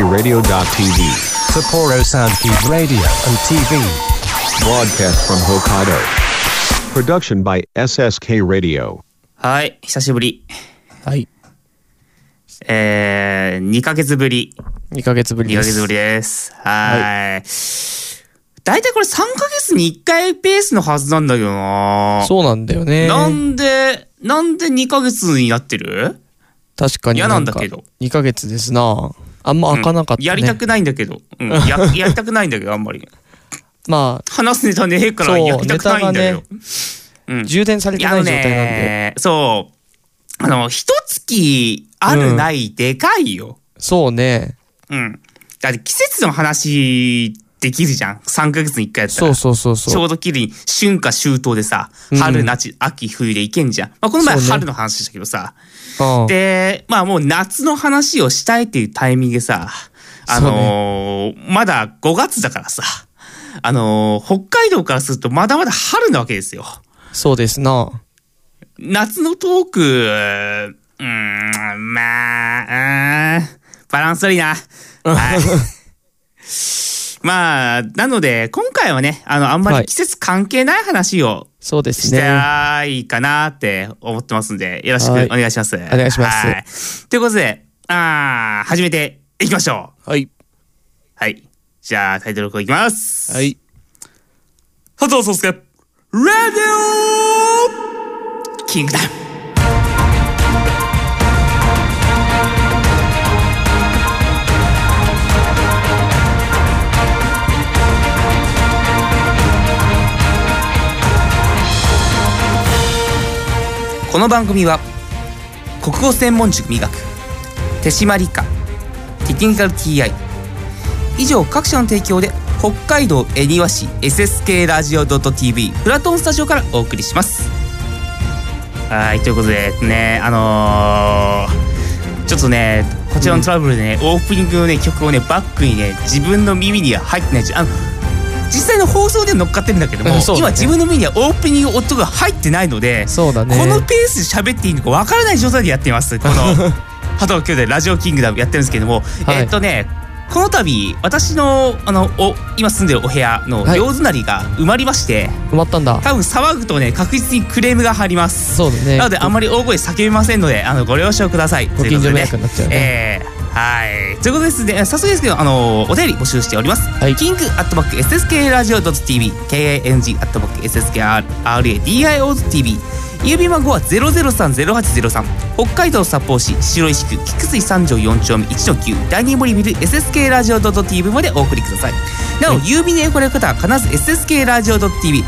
SSKRadio.tv. Sapporo Sound Cube Radio and TV. Broadcast from Hokkaido. Production by SSK Radio. はい、久しぶり。はい。えー、2ヶ月ぶり。 2ヶ月ぶ2りでヶす。月ぶりです。はーい。大体これ3ヶ月に1回ペースのはずなんだけどなそうなんだよね。なんで、なんで2ヶ月になってる確かに嫌かなんだけど。 2ヶ月ですな。あんま開かなかったね。やりたくないんだけど。うん、や、 やりたくないんだけど、あんまり。ま話すネタねえからそうやりたくないんだよネ。うんあ、充電されてない状態なんで。ねそう。あの、一月あるうんないでかいよ。そうね。うん。だって季節の話できるじゃん。3ヶ月に1回やったそら。うそうそうちょそう。うどきりに春夏秋冬でさ、うん春、夏、秋、冬でいけんじゃん。まあ、この前そうね春の話したけどさ。うん、で、まあもう夏の話をしたいっていうタイミングでさ、あのーまだ5月だからさ、あのー北海道からするとまだまだ春なわけですよ。そうですな。夏のトーク、うーん、まあ、うーんバランス悪いな。はい。まあ、なので、今回はね、あの、あんまはりい季節関係ない話をそうですしね。たいかなって思ってますんで、よろしくおはい願いします。お願いしますす。ということで、あー始めていきましょう。はい。はい。じゃあ、タイトルコールいきます。はい。佐藤壮介、ラデオキングダムこの番組は国語専門塾美学手締ま理科テクニカル TI 以上各社の提供で北海道恵庭市 SSK ラジオ .tv プラトンスタジオからお送りしますはいということでねあのーちょっとねこちらのトラブルでね、オープニングのね曲をねバックにね自分の耳には入ってないしあの実際の放送では乗っかってるんだけども、うんそうだ今ね自分の耳にはオープニング音が入ってないのでそうだね。このペースで喋っていいのかわからない状態でやってい ますこの鳩の兄弟ラジオキングダムやってるんですけども、はいえっとねこの度私のあのお今住んでるお部屋のはい両隣が埋まりまして、埋まったんだ。多分騒ぐとね確実にクレームが入りますそうだね。なのであんまり大声叫びませんのであのご了承くださいご近所迷ね惑になっちゃうね。えーはいということですね早速ですけどあのお便り募集しております、はいキングアットバック SSK ラジオ .tv KING アットバック SSKRADIO.tv 郵便番号は003-0803北海道札幌市白石区菊水三条四丁目一の九第二森ビル SSK ラジオ .tv までお送りくださいなお、郵便で来られる方は必ず SSK ラジオ .tv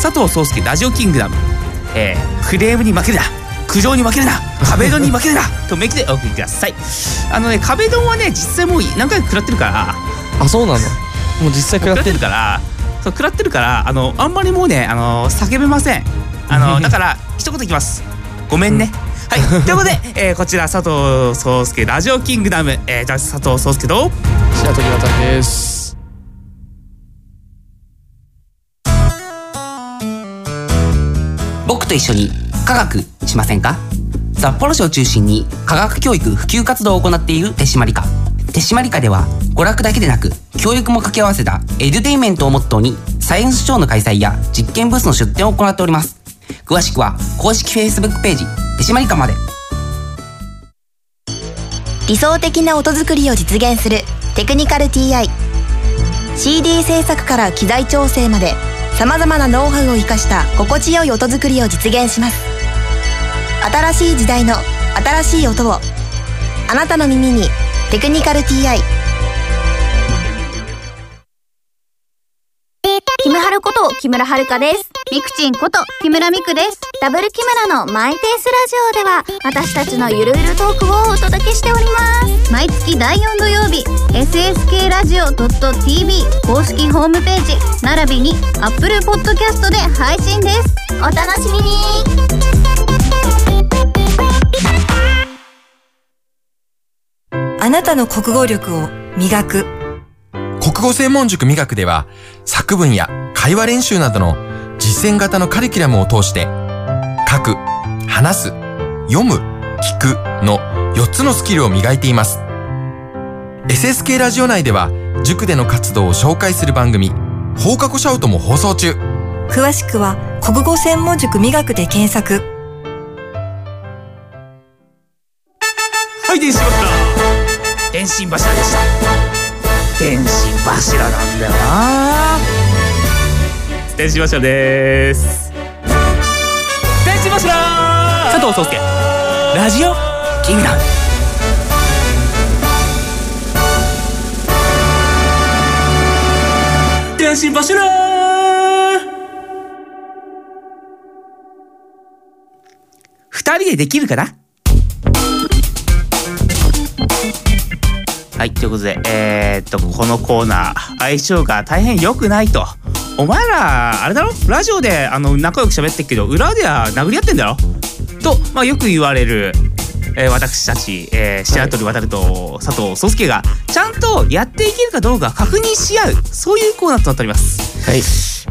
佐藤壮介ラジオキングダムえークレームに負けるな苦情に負けるな壁ドンに負けるなとめきでお送りくださいあのね壁ドンはね実際もう何回か食らってるからあ、そうなの。もう実際食食ららっっててるる。からそう食らってるからあのあんまりもうねあの叫べませんあのだ から一言いきますごめんね、はいということで、えーこちら佐藤壮介ラジオキングダム、えー、佐藤壮介と白鳥渡です。僕と一緒に科学しませんか札幌市を中心に科学教育普及活動を行っている手締まり課手締まり課では娯楽だけでなく教育も掛け合わせたエデュテインメントをモットーにサイエンスショーの開催や実験ブースの出展を行っております詳しくは公式 Facebook ページ手締まり課まで理想的な音作りを実現するテクニカル TICD 制作から機材調整までさまざまなノウハウを生かした心地よい音作りを実現します新しい時代の新しい音をあなたの耳に「テクニカル TI」キムハルこと木村遥です。ミクチンこと木村ミクです。ダブル木村のマイペースラジオでは私たちのゆるゆるトークをお届けしております。毎月第4土曜日、SSK ラジオ .tv 公式ホームページ、並びに Apple Podcast で配信です。お楽しみにあなたの国語力を磨く国語専門塾美学では作文や会話練習などの実践型のカリキュラムを通して書く、話す、読む、聞くの4つのスキルを磨いています。 SSK ラジオ内では塾での活動を紹介する番組放課後シャウトも放送中詳しくは国語専門塾美学で検索はい電信柱電信柱でした電信柱なんだよな電信柱です電信柱佐藤壮介ラジオ君ら電信柱二人でできるかなはい、ということで、えー、っと、このコーナー、相性が大変良くないと。お前ら、あれだろラジオで、あの、仲良く喋ってるけど、裏では殴り合ってんだろと、まあ、よく言われる、えー私たち、えーシアトル渡ると佐藤壮介が、ちゃんとやっていけるかどうか確認し合う、そういうコーナーとなっております。はい。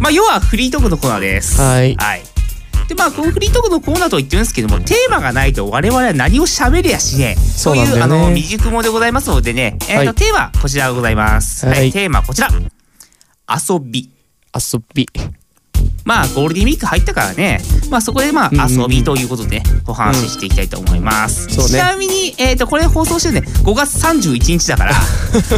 まあ、要はフリートークのコーナーです。はいでまあ、このフリートークのコーナーとは言ってるんですけどもテーマがないと我々は何を喋りやしねえそうなんいだうあよねの未熟もでございますのでね、えーとはいテーマこちらでございます、はいはいテーマこちら遊び遊び。まあゴールデンウィーク入ったからね、まあ、そこでまあうんうんうん遊びということで、ねお話ししていきたいと思います、そうねちなみに、えー、とこれ放送してるね5月31日だから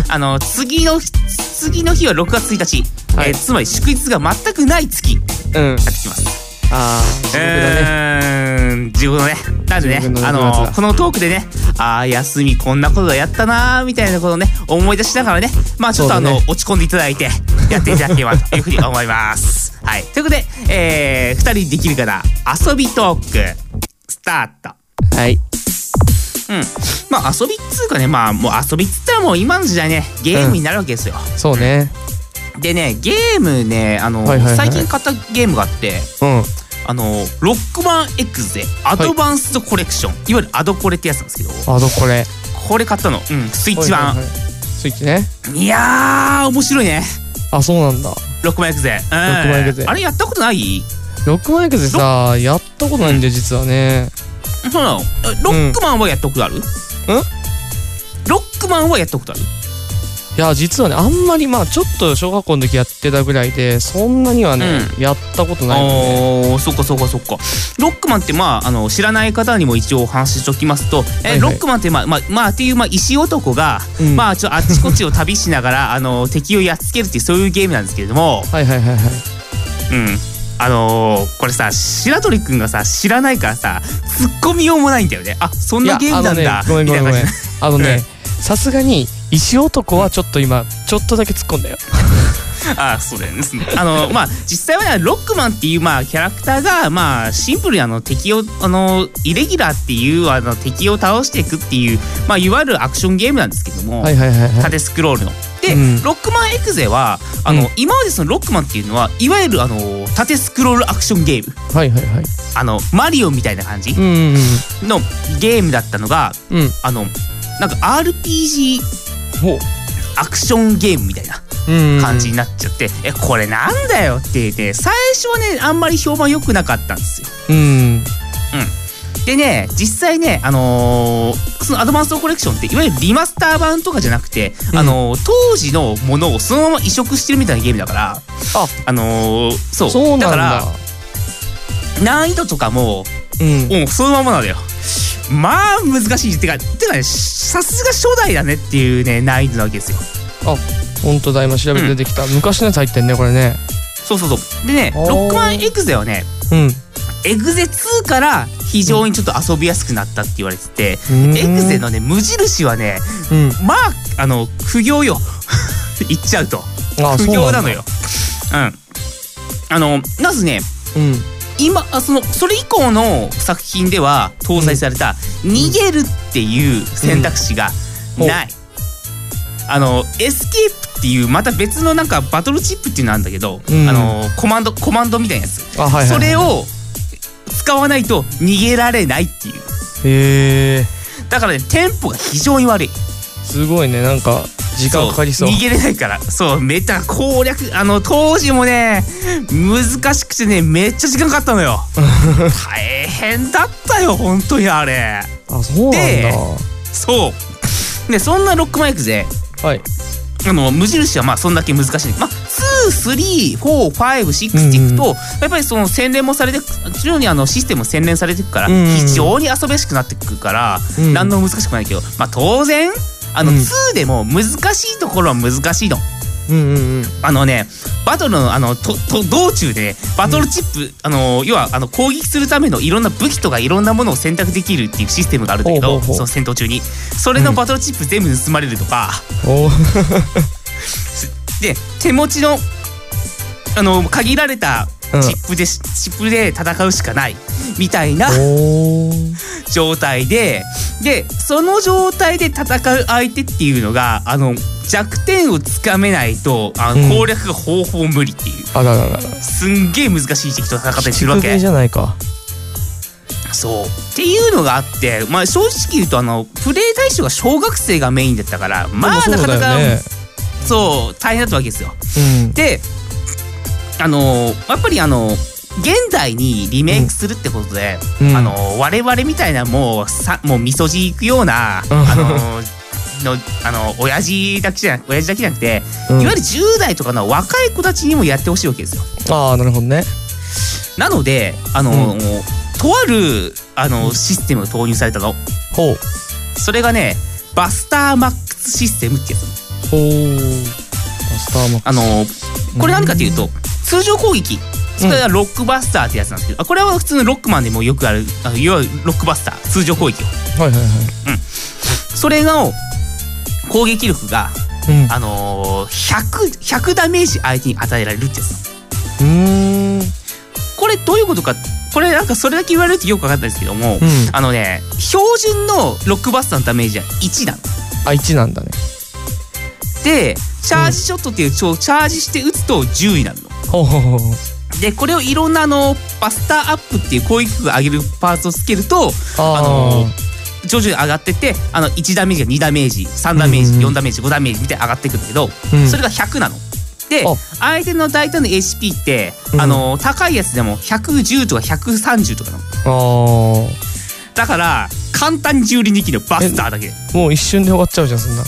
あの次の次の日は6月1日、はいえーつまり祝日が全くない月になうん。ってきますあー、地獄だね。うーん地獄のねなんでね地獄のあ6月のだこのトークでねああ休みこんなことやったなーみたいなことをね思い出しながらねまあちょっとあそうだの、ね落ち込んでいただいてやっていただければというふうに思い ますはいということで、え2人できるかな遊びトークスタートはい。うんまあ遊びっつうかねまあもう遊びっつったらもう今の時代ねゲームになるわけですよ、そうね。でねゲームねあの、はいはいはい最近買ったゲームがあってうん。あのロックマン X でアドバンスドコレクション、い、わゆるアドコレってやつなんですけどあの、これ。これ買ったの、うん、スイッチ版、はいはいはい。スイッチね。いやー面白いねあ、そうなんだ。ロックマン X で、うん、ックマン X であれやったことないロックマイクでさ、やったことないんで、実はね。そうなのえロックマンはやったことある、うん、ロックマンはやったことあるいや、実はね、あんまりまあ、ちょっと小学校の時やってたぐらいで、そんなにはね、やったことないのね。おーそっかそっかそっかロックマンってまああの知らない方にも一応お話ししておきますと、えはいはいロックマンってまあまあ、まあ、っていうまあ石男が、うんまあちょあっちこっちを旅しながらあの敵をやっつけるっていうそういうゲームなんですけれどもはいはいはいはい。うんあのー、これさ白鳥くんがさ知らないからさツッコミようもないんだよねあそんいなやゲームなんだあのね、ごめんごめんごみたいめなん感じあのねさすがに石男はちょっと今ちょっとだけ突っ込んだよあそうだよね。 あのまあ実際はねロックマンっていうまあキャラクターがまあシンプルにあの敵をあのイレギュラーっていうあの敵を倒していくっていうまあいわゆるアクションゲームなんですけども、はいはいはいはい縦スクロールの。で、うんロックマンエクゼはあの、うん今までそのロックマンっていうのはいわゆるあの縦スクロールアクションゲームはいはいはいあのマリオみたいな感じうんうんのゲームだったのがうんうんあのなんか RPG ほアクションゲームみたいなうん感じになっちゃって、えこれなんだよって言って最初はねあんまり評判良くなかったんですようんでね実際ねあのーそのアドバンストコレクションっていわゆるリマスター版とかじゃなくて、うんあのー当時のものをそのまま移植してるみたいなゲームだからああのーそうそうなんだから難易度とかもうんもうそのままなんだよまあ難しいってかてかねさすが初代だねっていうね難易度なわけですよ本当だ今調べて出てきた、昔のやつ入ってんねこれねそうそうそうでねおーロックマンエクゼはねうんエグゼ2から非常にちょっと遊びやすくなったって言われてて、うんエグゼのね無印はねうんまああの苦行よ 言っちゃうとあ苦そう行ななんのだようんあのまずねうん今あそのそれ以降の作品では搭載された「逃げる」っていう選択肢がうんない、あのエスケープっていうまた別のなんかバトルチップっていうのあるんだけど、うんあのコマンドコマンドみたいなやつあはいはいそれを使わないと逃げられないっていうへえだからねテンポが非常に悪いすごいねなんか時間かかりそう逃げれないからそうめっちゃ攻略あの当時もね難しくてねめっちゃ時間かかったの よ大変だったよ本当にあれあそうなんだでそうでそんなロックマイクではい。あの無印はまあそんだけ難しい、まあ、23456っていくと、やっぱりその洗練もされて徐々にあのシステムも洗練されていくから、うんうん非常に遊べしくなってくから、うん何度も難しくないけど、まあ、当然あのうん2でも難しいところは難しいの。うんうんうん。あのねバトルのあのとと道中でバトルチップ、あの要はあの攻撃するためのいろんな武器とかいろんなものを選択できるっていうシステムがあるんだけどほうほうほうその戦闘中にそれのバトルチップ全部盗まれるとか、おーで手持ちのあの限られたうんチップでし、チップで戦うしかないみたいなおー。 状態ででその状態で戦う相手っていうのがあの弱点をつかめないとあうんの攻略が方法無理っていう、あらららら。すんげえ難しい敵と戦ったりするわ宿命けじ。ゃないか。そうっていうのがあって、まあ、正直言うとあのプレイ対象が小学生がメインだったからまあなでもそかうだなよか、ね。そう大変だったわけですよ。うん。であのーやっぱりあのー現代にリメイクするってことで、うんあのー我々みたいなもうさもうみそじいくような、うんあのーのあの親父だけじゃな親父だけじゃなくて、うんいわゆる10代とかの若い子たちにもやってほしいわけですよ。ああ、なるほどね。なのであのーとあるあのーシステムが投入されたのほう。それがねバスターマックスシステムってやつほう。バスターマックス。あのーこれ何かっていうと通常攻撃それはロックバスターってやつなんですけど、あこれは普通のロックマンでもよくあるあのいわゆるロックバスター通常攻撃をはいはいはい。それの攻撃力が、うん。あのー、100, 100ダメージ相手に与えられるってやつうーん。これどういうことかこれなんかそれだけ言われるとよく分かったんですけども、んあのね標準のロックバスターのダメージは1なの。あ、1なんだね。でチャージショットっていう、ちょチャージして打つと10になるの。ほうほうほうほう。でこれをいろんなあのバスターアップっていう攻撃力を上げるパーツをつけるとああの徐々に上がってってあの1ダメージが2ダメージ3ダメージ、うんうん4ダメージ5ダメージみたいに上がっていくんだけど、うんそれが100なの。であ相手の大体の HP って、うんあの高いやつでも110とか130とかなの。あ。ああ。だから簡単に10輪力のバスターだけで。もう一瞬で終わっちゃうじゃん、そんな。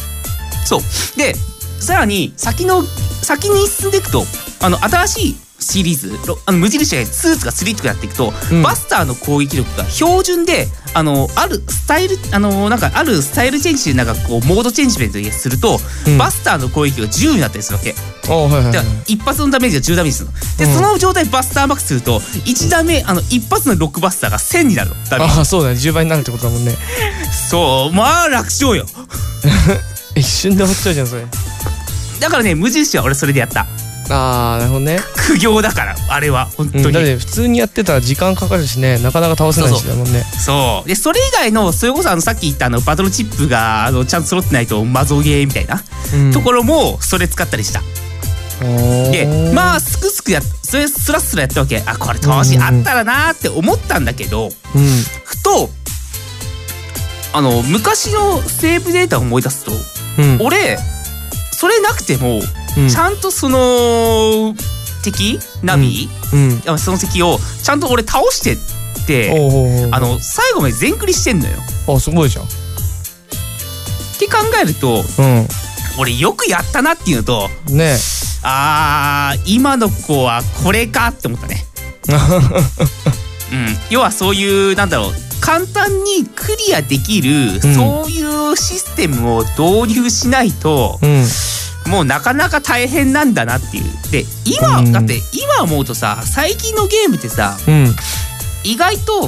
そうでさらに先の先に進んでいくとあの新しいシリーズろあの無印がスーツが3とかやっていくと、うんバスターの攻撃力が標準であのあるスタイルあのなんかあるスタイルチェンジでなんかこうモードチェンジメントすると、うんバスターの攻撃が10になったりするわけ。ああ、はいはいだはかいら。一発のダメージが10ダメージするの。で、うんその状態バスターマックスすると1ダメあの一発のロックバスターが1000になるの。ダメージああ、そうだね。10倍になるってことだもんね。そうまあ楽勝よ。一瞬で終わっちゃうじゃん、それ。だからね無印は俺それでやった。ああ、なるほどね。苦行だからあれは本当うん、に。だって普通にやってたら時間かかるしねなかなか倒せないしだもんねそうでそれ以外のそれこそあのさっき言ったあのバトルチップがあのちゃんと揃ってないとマゾゲーみたいなうんところもそれ使ったりした、おーでまあすくすくやっそれスラスラやったわけあこれ投資あったらなーって思ったんだけど、うふとあの昔のセーブデータを思い出すとんうん俺それなくても、うんちゃんとその敵ナビ、うんあその敵をちゃんと俺倒してっておうおうおうあの最後まで全クリしてんのよ。あすごいじゃんって考えるとう俺よくやったなっていうのとんねあー今の子はこれかって思ったね、うん、要はそういうなんだろう簡単にクリアできる、うんそういうシステムを導入しないとえうんもうなかなか大変なんだなっていうで今、うんだって今思うとさ最近のゲームってさうん意外と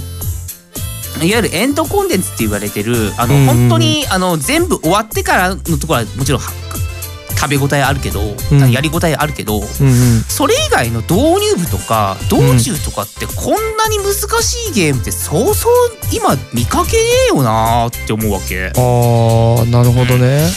いわゆるエンドコンテンツって言われてるあの、うんうん本当にあの全部終わってからのところはもちろんは食べ応えあるけど、うんやり応えあるけどうんうんそれ以外の導入部とか道中とかってこんなに難しいゲームってそうそう今見かけねえよなーって思うわけ。あーなるほどね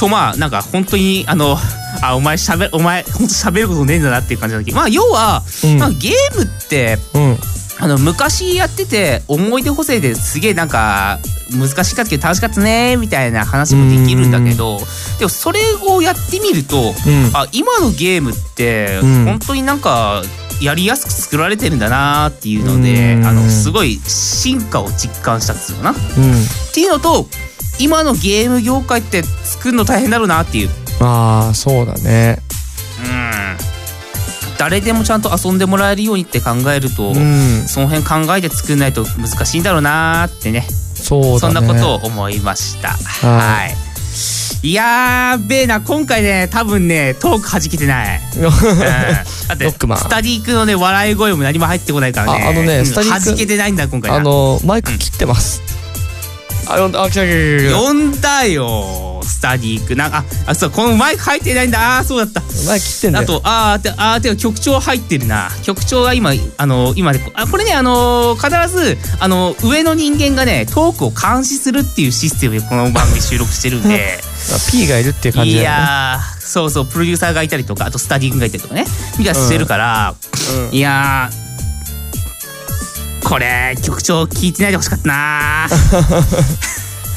とまあなんか本当にあの あお前しゃべお前本当しゃべることねえんだなっていう感じなんだけどまあ要は、うんまあ、ゲームってうんあの昔やってて思い出補正ですげえなんか難しかったけど楽しかったねみたいな話もできるんだけどでもそれをやってみると、うんあ今のゲームってうん本当になんかやりやすく作られてるんだなっていうのでうんあのすごい進化を実感したっつうのかな。っうんていうのと今のゲーム業界って作るの大変だろうなっていうああそうだね誰でもちゃんと遊んでもらえるようにって考えると、うんその辺考えて作んないと難しいんだろうなーってねそうそだんねなことを思いましたははいいやーべえな今回ね多分ねトークはじけてない、 うん、だってロックマンスタディークのね笑い声も何も入ってこないからねああのねうんスタディーはクじけてないんだ今回 あのマイク切ってます、あよんあ来た来た来た来呼んだよスタディークなんかああそうこのマイク入ってないんだあーそうだったたマイク切ってんだあよとあーてあーてか曲調入ってるな曲調が今あの今ねあこれねあのー必ずあの上の人間がねトークを監視するっていうシステムでこの番組収録してるんであ P がいるっていう 感いじだよねやーそうそうプロデューサーがいたりとかあとスタディングがいたりとかねみたいなしてるから、うんいやーこれ曲調聞いてないでほしかったなー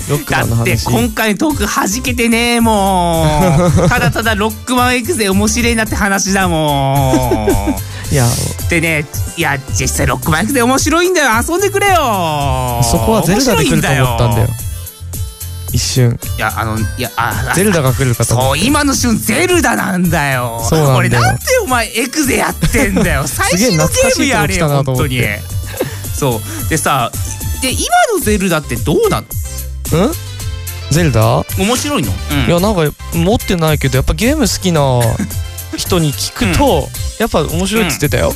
ロックだマンのって話今回のトークはじけてねえも んただただロックマンエクゼ面白いなって話だも いやんでねいや実際ロックマンエクゼ面白いんだよ遊んでくれよそこはゼルダで来ると思ったんだ面白よい一瞬いやあのいやああゼルダが来るかと思そっう今の旬ゼルダなんだよそうなんだよこれなんでお前エクゼやってん だよ最新のゲームやれよすげえ懐かしいとこ来たなと本思当っにてそうでさで今のゼルダってどうなのたうんゼルダ面白いの、うんいやなんか持ってないけどやっぱゲーム好きな人に聞くと、やっぱ面白いっつってたよ、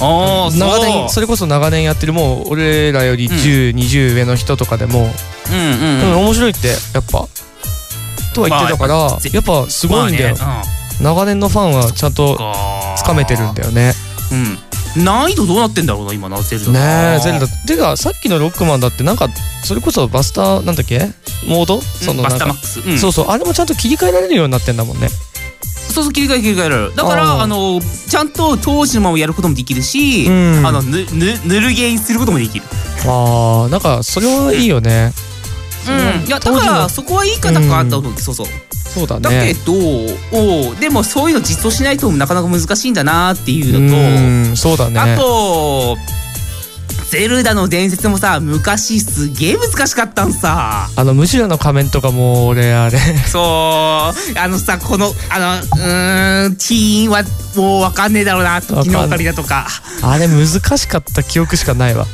ああ長年うそれこそ長年やってるもう俺らより1020、上の人とかでも、うんうんううんん、面白いってやっぱとは言ってたから、まあややっっぱぱすごいんだよ、まあね長年のファンはちゃんうんとかつかめてるんだよねうん難易度どうなってんだろうな今なゼルダねえゼルダてかさっきのロックマンだってなんかそれこそバスターなんだっけモードそそののバなスんタかーマックス、うんそそううそうあれもちゃんと切り替えられるようになってんだもんねそう切り替え切り替えられるだからああーのちゃんと当時のままやることもできるし、うんあのぬぬぬるゲーにすることもできる、あーなんかそれはいいよねうん、いやだ当か時のらそこはいいかなかったと思う、そうそうそうだだけねど、おうでもそういうの実装しないとなかなか難しいんだなっていうのと、うんそうだねあとゼルダの伝説もさ昔すげえ難しかったんさあのムジラの仮面とかもう俺あれ そうあのさこのあのうーんティーンはもうわかんねえだろうな時のオわかんなカいリナとかあれ難しかった記憶しかないわ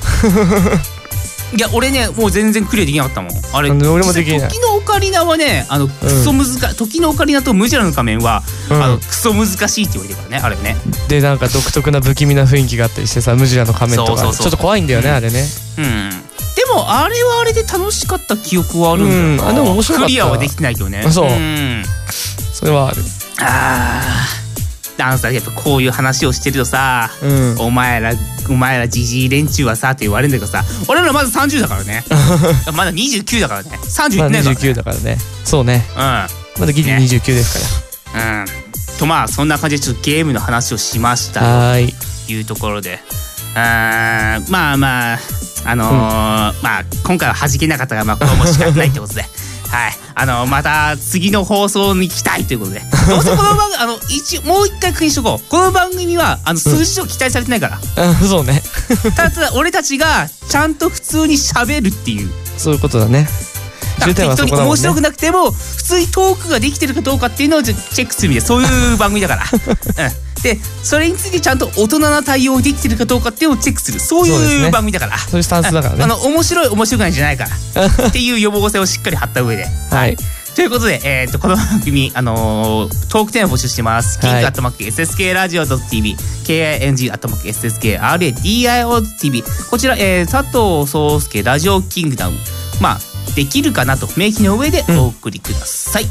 いや俺ねもう全然クリアできなかったもんあれあの俺もできない実際時のオカリナはねあのクソ難し、時のオカリナとムジャラの仮面は、うんあのクソ難しいって言われてるからねあれねでなんか独特な不気味な雰囲気があったりしてさムジラの仮面とかそうそうそうちょっと怖いんだよね、うんあれねうんでもあれはあれで楽しかった記憶はあるんだよな、うんあでも面白かったクリアはできてないけどねあそうんそれはあるあーダンサーやっぱこういう話をしてるとさ、うんお前らお前らジジイ連中はさって言われるんだけどさ俺らまだ30だから ねまだ29だからね30まいあってないから、 29だからねそうねまだギリね29ですうかんうんとまあそんな感じでちょっとゲームの話をしましらたはーいというところであーまあまああのーまあ今回は弾けなかったがまあこれはもう仕方ないってことではいあのまた次の放送に期待ということでどうせこの番組あの一応もう一回確認しとこうこの番組はあの数字上期待されてないから、あそうね ただただ俺たちがちゃんと普通に喋るっていうそういうことだねだ重か点ら適はそ当にこだも面んね白くなくても普通にトークができてるかどうかっていうのをちょチェックするみたいなそういう番組だから、 うん、でそれについてちゃんと大人な対応できてるかどうかっていうのをチェックするそうそうですいねう番組だからそういうスタンスだからねあの面白い面白くないじゃないから っていう予防性をしっかり張った上で。はいということで、えー、とこの番組、あのートークテーマ募集してます。はい kink アットマーク SSK ラジオ .tv、KING アットマーク SSK RADIO.tv。こちら、えー、佐藤壮介ラジオキングダム。まあ、できるかなと明記の上でお送りください。い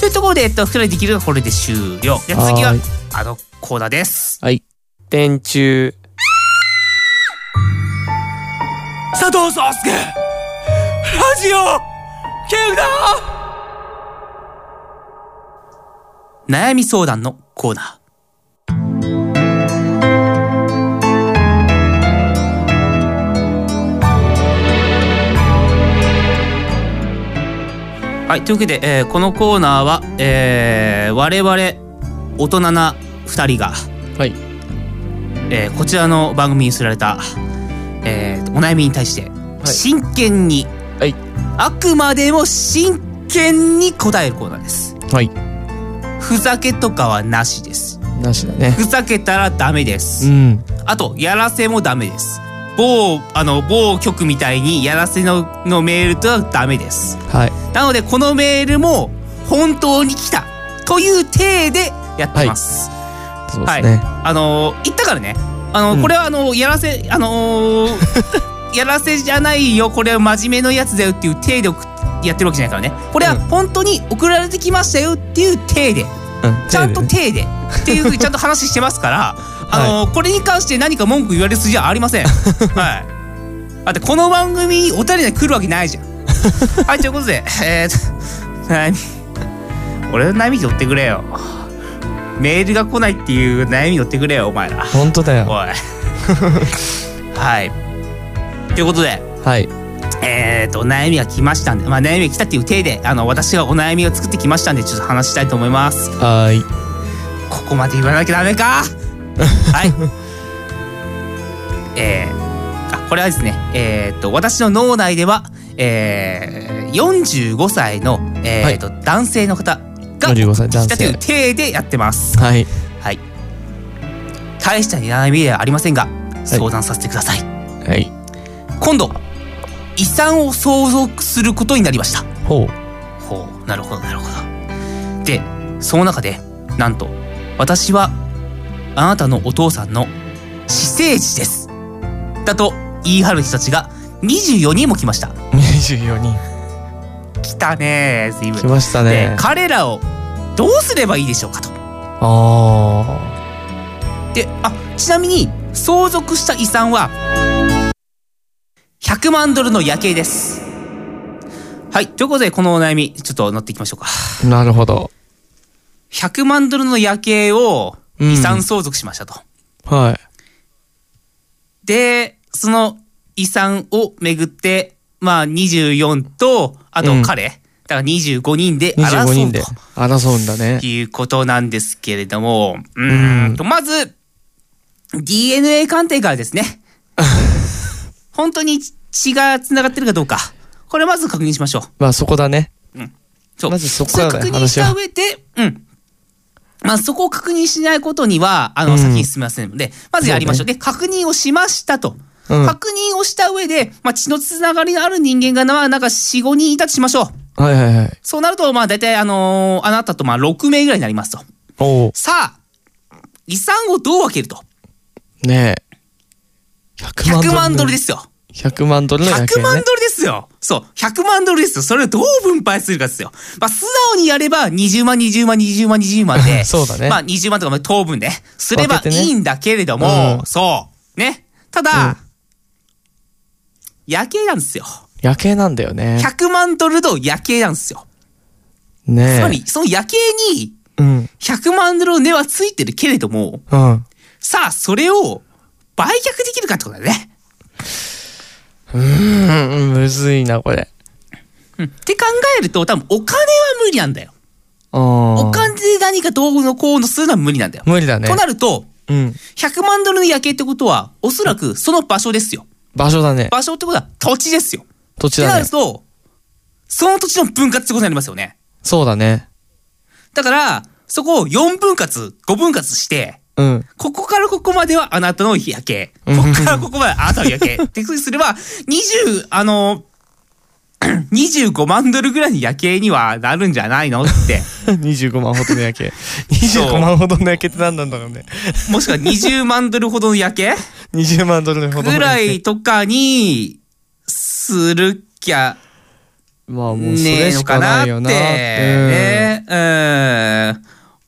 というところで、えっと、二人できるがこれで終了。で次ははーいあのコーナーです。はい電柱佐藤壮介ラジオキングダム悩み相談のコーナー。はい、というわけで、えーこのコーナーは、えー我々大人な2人が、はいえーこちらの番組に寄せられた、えーお悩みに対してい真剣にはいあくまでも真剣に答えるコーナーですはいふざけとかはなしですなしだねふざけたらダメです、うんあとやらせもダメです某あの某局みたいにやらせののメールとはダメですはいなのでこのメールも本当に来たという体でやってます。そうではすい。ね、あのー言ったからね。あのーうんこれはあのーやらせあのー やらせじゃないよこれは真面目のやつだよっていう体で送っやってるわけじゃないからね。これはうん本当に送られてきましたよっていう体でうんちゃんと手でね体でっていうふうにちゃんと話してますから、あのーこれに関して何か文句言われる筋はありません。はい。だってこの番組にお便りで来るわけないじゃん。はいということで、えー、と悩み俺の悩みに乗ってくれよ。メールが来ないっていう悩みに乗ってくれよお前ら。本当だおい。よはい。ということで。はいえー、と悩みが来ましたんで、まあ、悩みが来たっていう体であの私がお悩みを作ってきましたんでちょっと話したいと思います。はーいここまで言わなきゃダメか はいえー、あこれはですねえー、っと私の脳内ではえー、45歳の、えーっと男性の方が45歳来男たという性体でやってますはいはい大した悩みではありませんが相談させてください、はい今度遺産を相続することになりましたほうほうなるほどなるほどでその中でなんと私はあなたのお父さんの私生児ですだと言い張る人たちが24人も来ました24人来たねー随来分ましたでね彼らをどうすればいいでしょうかとあであちなみに相続した遺産は100万ドルの夜景ですはいということでこのお悩みちょっと乗っていきましょうかあなるほど100万ドルの夜景を遺産相続しましたと。はいで、その遺産をめぐって、まあ24と、あと彼、だから25人で25争人うでと争うんだねいうことなんですけれども、うーんと、まず、DNA 鑑定から ですね。本当に血が繋がってるかどうか。これまず確認しましょう。まあそこだねそう。まずそこからだよれ確認した話は上で、うん。まあ、そこを確認しないことには、あの、うん先に進めませんので、まずやりましょう。で、確認をしましたと。うん確認をした上で、まあ、血のつながりのある人間が、まあ、なんか4、5人いたとしましょう。はいはいはいそうなると、まあ、大体、あのーあなたと、まあ、6名ぐらいになりますと。おおさあ、遺産をどう分けると。ねえ100 100万ドルですすよ。 100万ドルの夜景100ね。万ドルですよ。そう。100万ドルですよ。それをどう分配するかですよ。まあ、素直にやれば、20万、20万、20万、20万で そうだねまあ、20万とかも当分で、すればい分けてねいんだけれども、うんそう。ね。たうだん、夜景なんですよ。夜景なんだよね100万ドルと夜景なんですよ。ねえつまり、その夜景に、うん100万ドルの値はついてるけれども、うんさあ、それを、売却できるかってことだね。うんうんむずいなこれうん。って考えると、多分、お金は無理なんだよ。おお金で何かどうのこうのするのは無理なんだよ。無理だねとなると、うん100万ドルの夜景ってことは、おそらくその場所ですよ。場所だね場所ってことは土地ですよ。土って地なだねると、その土地の分割ってことになりますよね。そうだねだから、そこを4分割、5分割して、うんここからここまではあなたの夜景。ここからここまであなたの夜景。 ってふうにすれば、20、あの、25万ドルぐらいの夜景にはなるんじゃないの って。 25万ほどの夜 景25万ほどの夜景って何なんだろうねもしくは20万ドルほどの夜景20万ドルほぐどの夜景らいとかにするきゃまあもうそねれえのしかかなっないてよなね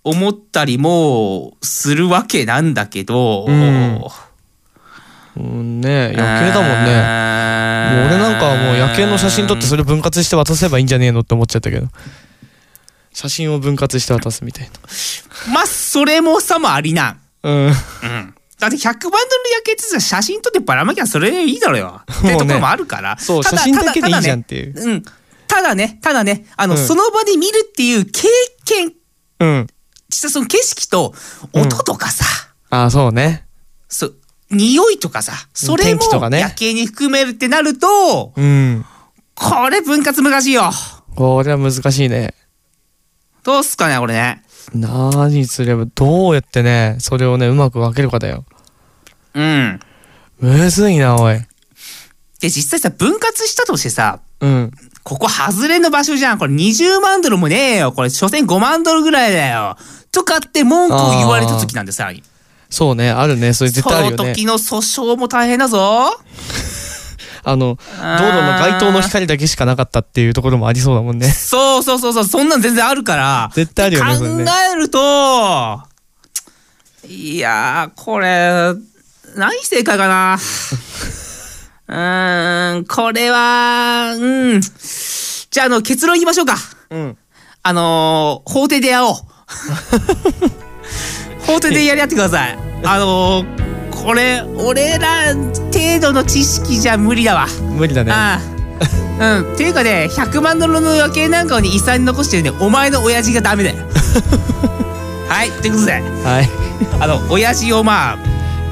うん思ったりもするわけなんだけど、うんうんねえ夜景だもんねもうね俺なんかはもう夜景の写真撮ってそれ分割して渡せばいいんじゃねえのって思っちゃったけど写真を分割して渡すみたいまあそれもさもありなんなうんだって100万ドルの夜景ってさ写真撮ってばらまきゃそれでいいだろうよってところもあるからそうた写真だけでいいじゃんっていうただただねうんただねただねあの、うんその場で見るっていう経験うん実際その景色と音とかさ、ああそうねそう匂いとかさそれ天も気とかね夜景に含めるってなると、うんこれ分割難しいよ。これは難しいね。どうすっかね、これね。何すれば、どうやってね、それをね、うまく分けるかだよ。うん。むずいな、おい。で、実際さ、分割したとしてさ、うん。ここ外れの場所じゃん。これ20万ドルもねえよ。これ、所詮5万ドルぐらいだよ。とかって文句を言われた時なんで、さらに。そうね、あるね。それ絶対あるよそのね。時の訴訟も大変だぞ。あ道の、道路の街灯の光だけしかなかったっていうところもありそうだもんね。そうそうそうそう、そんなん全然あるから。絶対あるよね、それ考ね。えると、いやー、これ、何正解かな。 うーん、これは、うん。じゃあ、あの、結論言いましょうか。うん。あのー、法廷で やおう。法廷でやり合ってください。あのー、これ、俺ら程度の知識じゃ無理だわ。無理だね。ああうん、っていうかね100万ドルの夜景なんかをね遺産に残してるねお前の親父がダメ だよはいということではい。 あの親父をまあ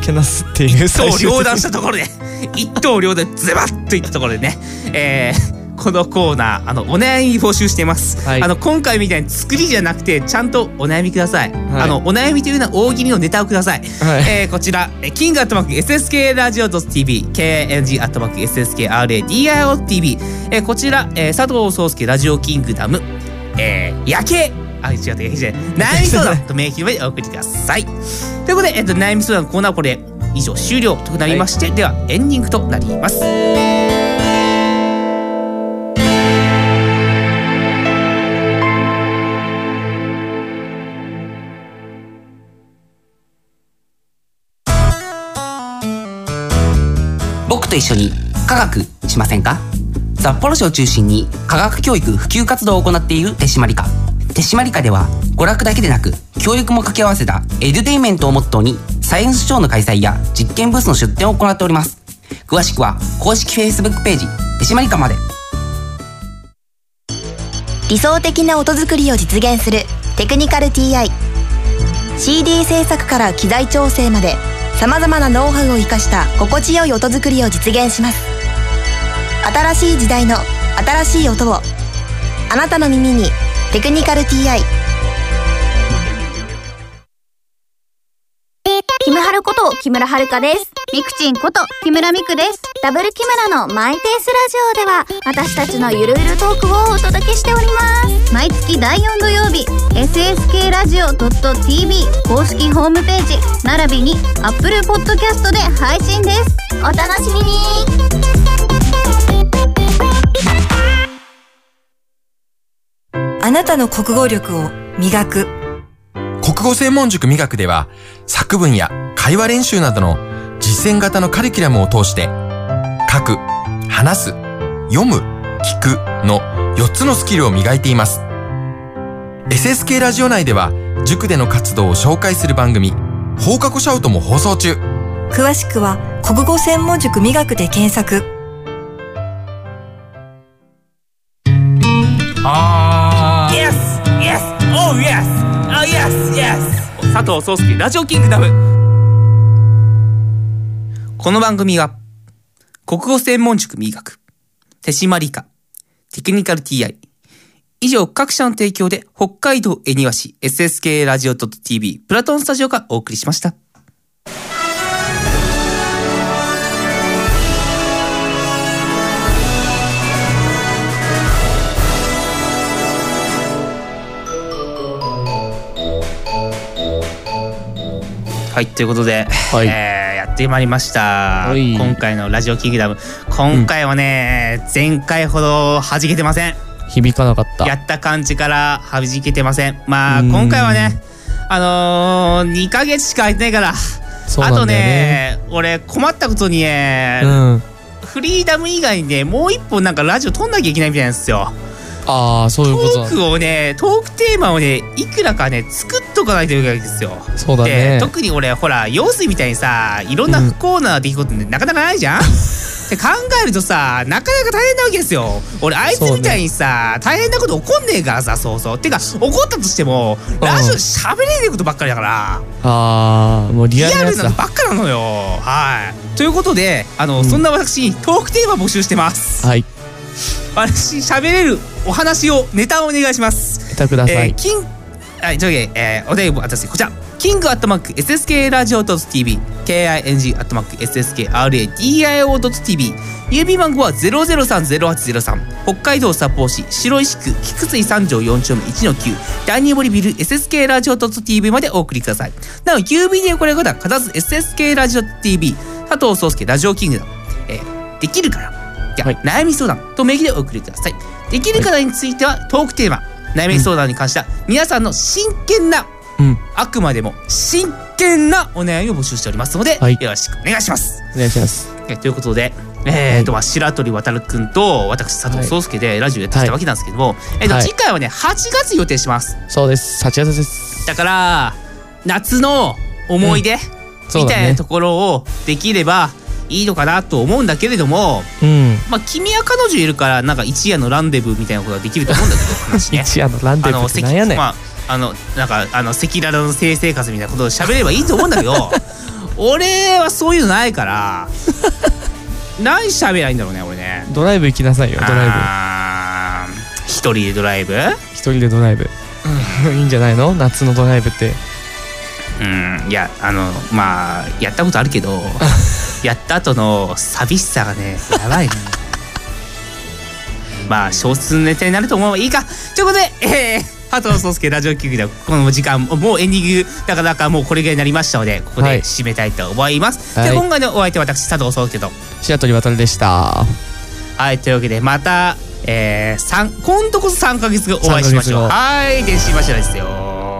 けなすっていうそう最終的両断したところで一刀両断ズバッといったところでね、えーこのコーナーあのお悩み募集しています、はいあの今回みたいに作りじゃなくてちゃんとお悩みください、はいあのお悩みというのは大喜利のネタをください、はいえーこちらえーキングアットマーク SSK ラジオ .tv KNG アットマーク SSKRADIO.tv、えーこちら、えー佐藤壮介ラジオキングダム、えー夜景あ違う違う違う違う悩み相談と名義でお送りくださいということで、えっと、悩み相談のコーナーはこれ以上終了となりまして、ではエンディングとなります僕と一緒に科学しませんか札幌市を中心に科学教育普及活動を行っている手締まり課手締まり課では娯楽だけでなく教育も掛け合わせたエデュテインメントをモットーにサイエンスショーの開催や実験ブースの出展を行っております詳しくは公式 Facebook ページ手締まり課まで理想的な音作りを実現するテクニカル TICD 制作から機材調整までさまざまなノウハウを生かした心地よい音作りを実現します新しい時代の新しい音をあなたの耳に「テクニカル TI」キムハルこと木村遥です。ミクチンこと木村ミクです。ダブル木村のマイペースラジオでは私たちのゆるゆるトークをお届けしております。毎月第4土曜日、SSK ラジオ .tv 公式ホームページ、並びに Apple Podcast で配信です。お楽しみにあなたの国語力を磨く。国語専門塾美学では作文や会話練習などの実践型のカリキュラムを通して書く、話す、読む、聞くの4つのスキルを磨いています。SSK ラジオ内では塾での活動を紹介する番組放課後シャウトも放送中。詳しくは国語専門塾磨くで検索。あ Yes! Yes! Oh yes! Oh yes! Yes! 佐藤壮介ラジオキングダムこの番組は国語専門塾美学手締まり科テクニカル TI 以上各社の提供で北海道恵庭市 SSK ラジオ .tv プラトンスタジオからお送りしました。はい、ということで、はいえーやってまいりました。はい今回のラジオキングダム。今回はね、前回ほど弾けてません。響かなかった。やった感じからはじけてません。まあ、うん今回はね、あのー、2ヶ月しか空いてないから、そうあなとんだよね。ね、俺困ったことにね、うん。フリーダム以外にね、もう一本なんかラジオ撮んなきゃいけないみたいなんですよ。ああ、そういうトことーなんだクをね、トークテーマをね、いくらかね、作っとかないといけないんですよ。そうだでね。特に俺ほら用水みたいにさいろんな不幸な出来事ってなかなかない じゃん、って考えるとさなかなか大変なわけですよ俺あいつみたいにさ、大変なこと起こんねえからさそうそうてか起こったとしてもラジオで喋れねえことばっかりだからああ、もうリリアルなアやルつなのだ。ばっかなのよはいということであの、んそんな私トークテーマ募集してますはい。私喋れるお話をネタをお願いしますネタくださえーい。キンはい、上下、えー、お題を私こちら。キングアットマーク SSK ラジオ .tv、KING アットマーク SSKRADIO.tv、郵便番号は003-0803、北海道札幌市白石区菊水三条4丁目1の9、第二森ビル SSK ラジオ .tv までお送りください。なお、郵便で送れる方は必ず SSK ラジオ .tv、佐藤壮介ラジオキングダム、えーできるから、いやはい悩み相談と名義でお送りください。できる方についてはトークテーマ、悩み相談に関しては皆さんの真剣な、うんあくまでも真剣なお悩みを募集しておりますので、はいよろしくお願いします。お願いします。えということで、えーとまあ、白鳥航くんと私佐藤壮介でラジオやってきたわけなんですけども、えーとはい次回はね8月予定します。そうです。幸せです。だから夏の思い出、そうみだたいねなと。ころをできればいいのかなと思うんだけれども、うん。まあ、君や彼女いるからなんか一夜のランデブーみたいなことができると思うんだけど話ね。 一夜のランデあブーのってせなんやねん。まああのなんかあの赤裸々の性生活みたいなことを喋ればいいと思うんだ けど俺はそういうのないから何喋りゃいいんだろうね俺ねドライブ行きなさいよ。ドライブ。あー一人でドライブ一人でドライブ。 いいんじゃないの夏のドライブって。うんいやあのまあやったことあるけ どやった後の寂しさがねやばいね まあ少数ネタになると思えばいいかということで、えー、加藤壮介ラジオ局ではこの時間もうエンディングなかなかもうこれぐらいになりましたのでここはでい締めたいと思います、はいで今回のお相手は私佐藤壮介と白鳥渡でした。はいというわけでまた、えー、三今度こそ3か月後お会いしましょう三ヶはい電子柱ですよ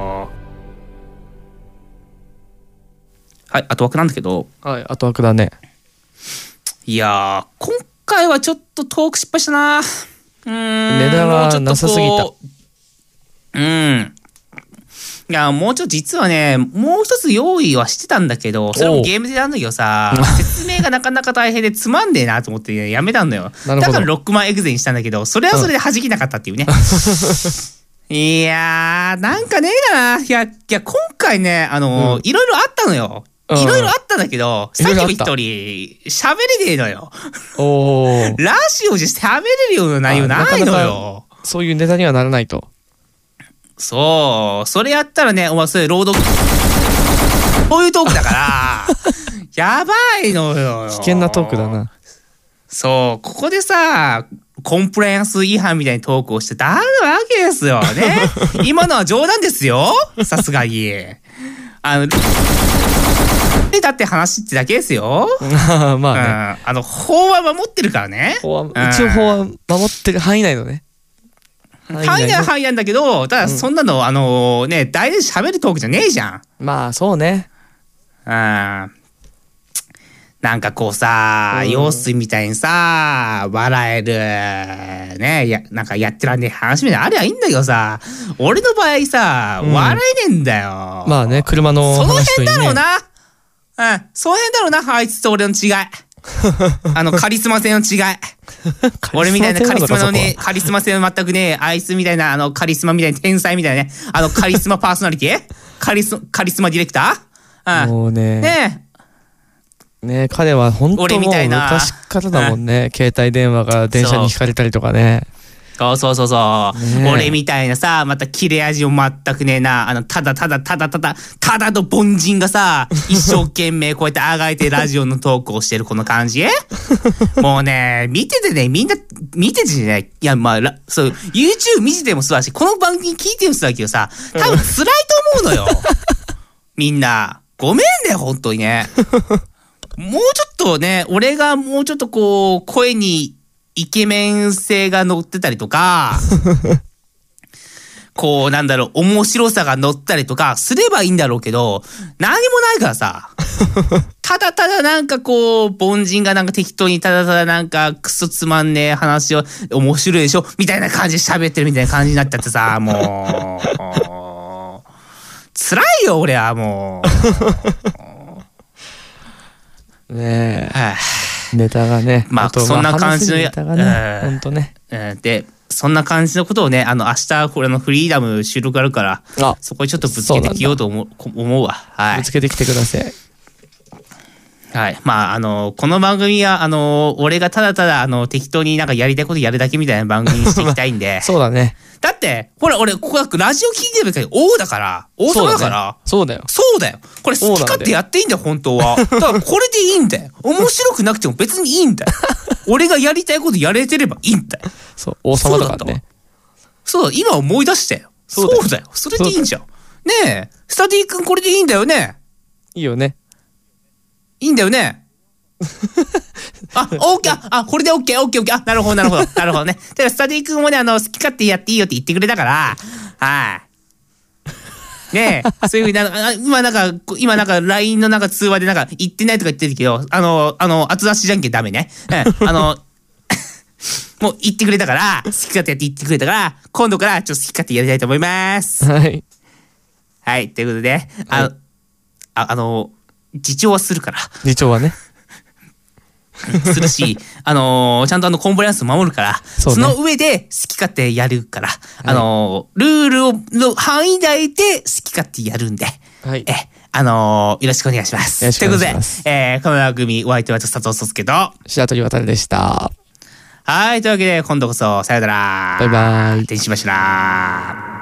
はいあと枠なんだけどはい、あと枠だね。いやー、今回はちょっとトーク失敗したな。うーん。値段がなさすぎもたうちょっとこう。うん。いや、もうちょっと実はね、もう一つ用意はしてたんだけど、それもゲームでなんだけど さ、説明がなかなか大変でつまんねえなと思ってね、やめたんだよ。なるほどだからロックマンエグゼにしたんだけど、それはそれで弾けなかったっていう ね。いやー、なんかねえな。いや、いや、今回ね、あのー、いろいろあったのよ。うんいろいろあったんだけど、さっきも言ったいろいろあ通ったり、喋れねえのよ。おお。ラジオで喋れるような内容ないのよ。あなかそういうネタにはならないと。そう。それやったらね、お前それ朗読。こういうトークだ から、やばいのよ。危険なトークだ。な。 そう、ここでさ、コンプライアンス違反みたいにトークをしてたあるわけですよ ね。今のは冗談ですよ。さすがに。あの、 で、だって話ってだけですよ。まうん。あね。あの、法は守ってるからね。法は一応法は守ってる範囲内のね。範範囲のは範囲なんだけど、ただそんなの、あのね、大事に喋るトークじゃねえじゃん。まあそうね。うん。なんかこうさ、用水みたいにさ、笑える、ね、や、なんかやってらんねえ話みたいなのありゃいいんだけどさ、俺の場合さ、うん笑えねえんだよ。まあね、車のその話とい辺だろいう ね。な。うん、その辺だろうな、あいつと俺の 違い。あの、カリスマ性の違い。俺みたいなカリスマのね、カリスマ性の全くね、あいつみたいな、あの、カリスマみたいな天才みたいなね、あの、カリスマパーソナリティカリス、カリスマディレクターうん。もうね、ねね彼は本当俺もうみたいな昔からだもんね。携帯電話が電車に引かれたりとかね。え。そうそうそうそう。ねえ俺みたいなさ、また切れ味も全くねえな、あの、ただただただただ、ただの凡人が さ、一生懸命こうやってあがいてラジオのトークをしてるこの感 じもうね、見ててね、みんな、見ててね、いや、まあ、らそう、YouTube 見ててもそうだし、この番組聞いてもそうだけどさ、多分辛いと思うの よ。みんな。ごめんね、本当にね。もうちょっとね、俺がもうちょっとこう、声にイケメン性が乗ってたりとか、こう、なんだろう、面白さが乗ったりとかすればいいんだろうけど、何もないからさ。ただただなんかこう、凡人がなんか適当にただただなんかクソつまんねえ話を面白いでしょみたいな感じで喋ってるみたいな感じになっちゃってさ、もう。辛いよ、俺はもう。ねはいえ、ネタがね。まあとそんな感じの話すネタがえね。えほんとね。えーで、そんな感じのことをね、あの、明日、これのフリーダム収録あるから、あ、そこにちょっとぶつけてきようと思うこ思うわ。はいぶつ。けてきてください。。はい。まあ、あの、この番組は、あの、俺がただただ、あの、適当になんかやりたいことやるだけみたいな番組にしていきたいんで そうだね。だって、ほら、俺、ここはラジオ聞いてる限り王だから、王様だから、そうだよ。そうだよ。これ好き勝手やっていいんだよ、本当は。だからこれでいいんだよ。面白くなくても別にいいん だよ。俺がやりたいことやれてればいいんだよ。そう、王様だからね。そうだ、今思い出したよ。そそううだよだよ。それでいいんじゃん。ねえ、スタディ君これでいいんだよね。いいよね。いいんだよね。あ、オッケー、あ、あこれでオッケー、オッケー、オッケー、あ、なるほど、なるほど、 なるほどね。ただ、スタディ君もね、あの、好き勝手やっていいよって言ってくれたから、はい。ねえ、そういうふうにな、あ今なんか、こ今なんか、LINE のなんか通話でなんか、言ってないとか言ってるけど、あの、あの、後出しじゃんけんダメね。うん、あの、 もう言ってくれたから、好き勝手やって言ってくれたから、今度からちょっと好き勝手やりたいと思います。はい。はい、ということで、あの、ああの、自重はするから、次長はね。する し、あのーちゃんとあの、コンプライアンスを守るから、そそ,、うねの上で好き勝手やるから、あのールールを、の範囲内で好き勝手やるんで、はいえ、あのーよろしくお願いします。よろしくお願いしというこまとすで、えー、この番組、お相手は佐藤卒介と、は白鳥渡でした。い、というわけで、今度こそ、さよなら。バイバイ天使柱。